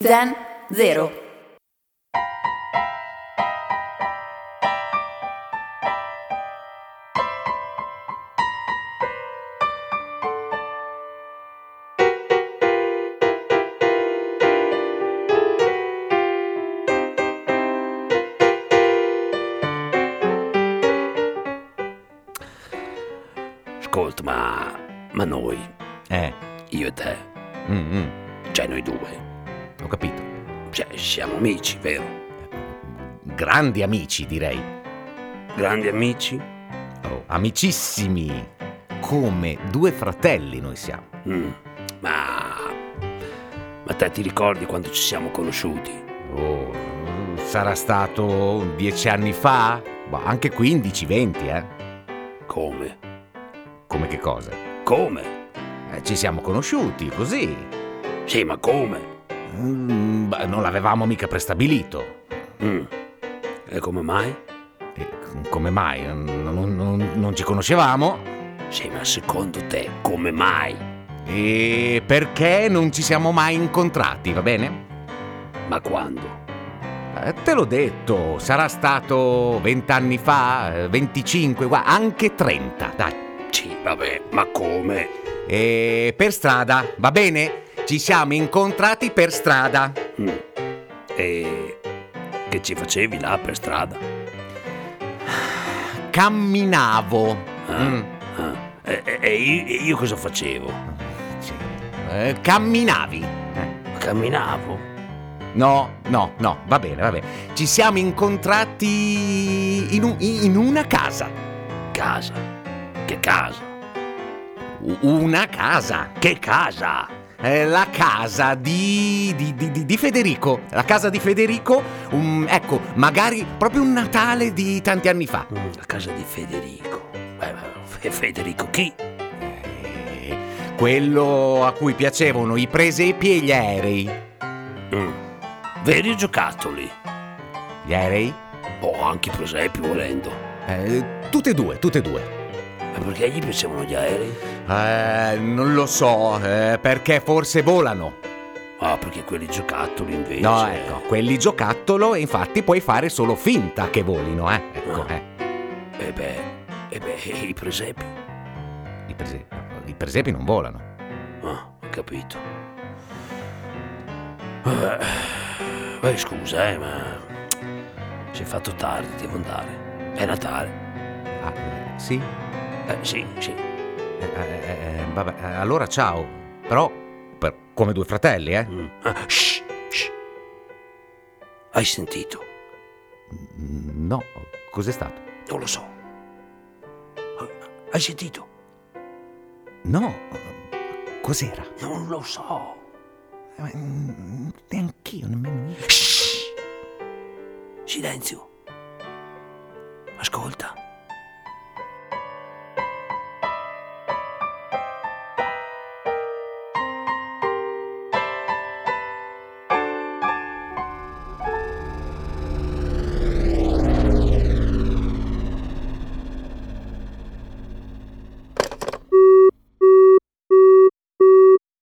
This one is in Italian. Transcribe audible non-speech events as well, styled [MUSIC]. Zen Zero. Ascolta, ma, ma noi, Eh, io e te, mm, mm, cioè noi due, ho capito. cioè, siamo amici, vero? Grandi amici, direi. Grandi amici? Oh, amicissimi. Come due fratelli noi siamo. Mm. Ma... Ma te ti ricordi quando ci siamo conosciuti? Oh, sarà stato dieci anni fa? Ma anche 15, 20, eh? Come? Come che cosa? Come? Eh, ci siamo conosciuti, così. Sì, ma come? Mm, beh, non l'avevamo mica prestabilito. Mm. E come mai? E c- come mai? Non, non- non ci conoscevamo? Sì, ma secondo te, come mai? E perché non ci siamo mai incontrati, va bene? Ma quando? Eh, te l'ho detto, sarà stato 20 anni fa, eh, 25, gua- anche 30, dai. Sì, vabbè, ma come? E per strada, va bene? Ci siamo incontrati per strada. Mm. E... Che ci facevi là per strada? Camminavo. Ah, Mm. ah. E, e- e io, e io cosa facevo? Eh, camminavi. Eh, Camminavo. No, no, no, va bene, va bene. Ci siamo incontrati in, un- in una casa. Casa. Che casa? U- Una casa. Che casa? Eh, la casa di, di- di- di- di Federico. La casa di Federico, um, ecco, magari proprio un Natale di tanti anni fa. Mm, La casa di Federico. Beh, ma Fe- Federico chi? Eh, quello a cui piacevano i presepi e gli aerei. Mm. Veri giocattoli. Gli aerei? O anche i presepi volendo. Eh, tutte e due, tutte e due. Ma perché gli piacevano gli aerei? Eh, non lo so, eh, perché forse volano. Ah, perché quelli giocattoli invece. No, ecco, quelli giocattolo e infatti puoi fare solo finta che volino, eh. Ecco, eh. E beh, e beh, [LAUGHS] i presepi. I presepi, i presepi non volano. Ah, ho capito. Eh, Beh, scusa, eh, ma. Si è fatto tardi, devo andare. È Natale. Ah, eh, sì? Eh, sì, sì. Eh, eh, eh, vabbè, eh, allora ciao. Però, per- come due fratelli, eh? Mm. Ah, shh, shh. Hai sentito? Mm, No, cos'è stato? Non lo so. Hai sentito? No, eh, cos'era? Non lo so. Mm, Neanch'io, nemmeno io. Shh. Silenzio. Ascolta.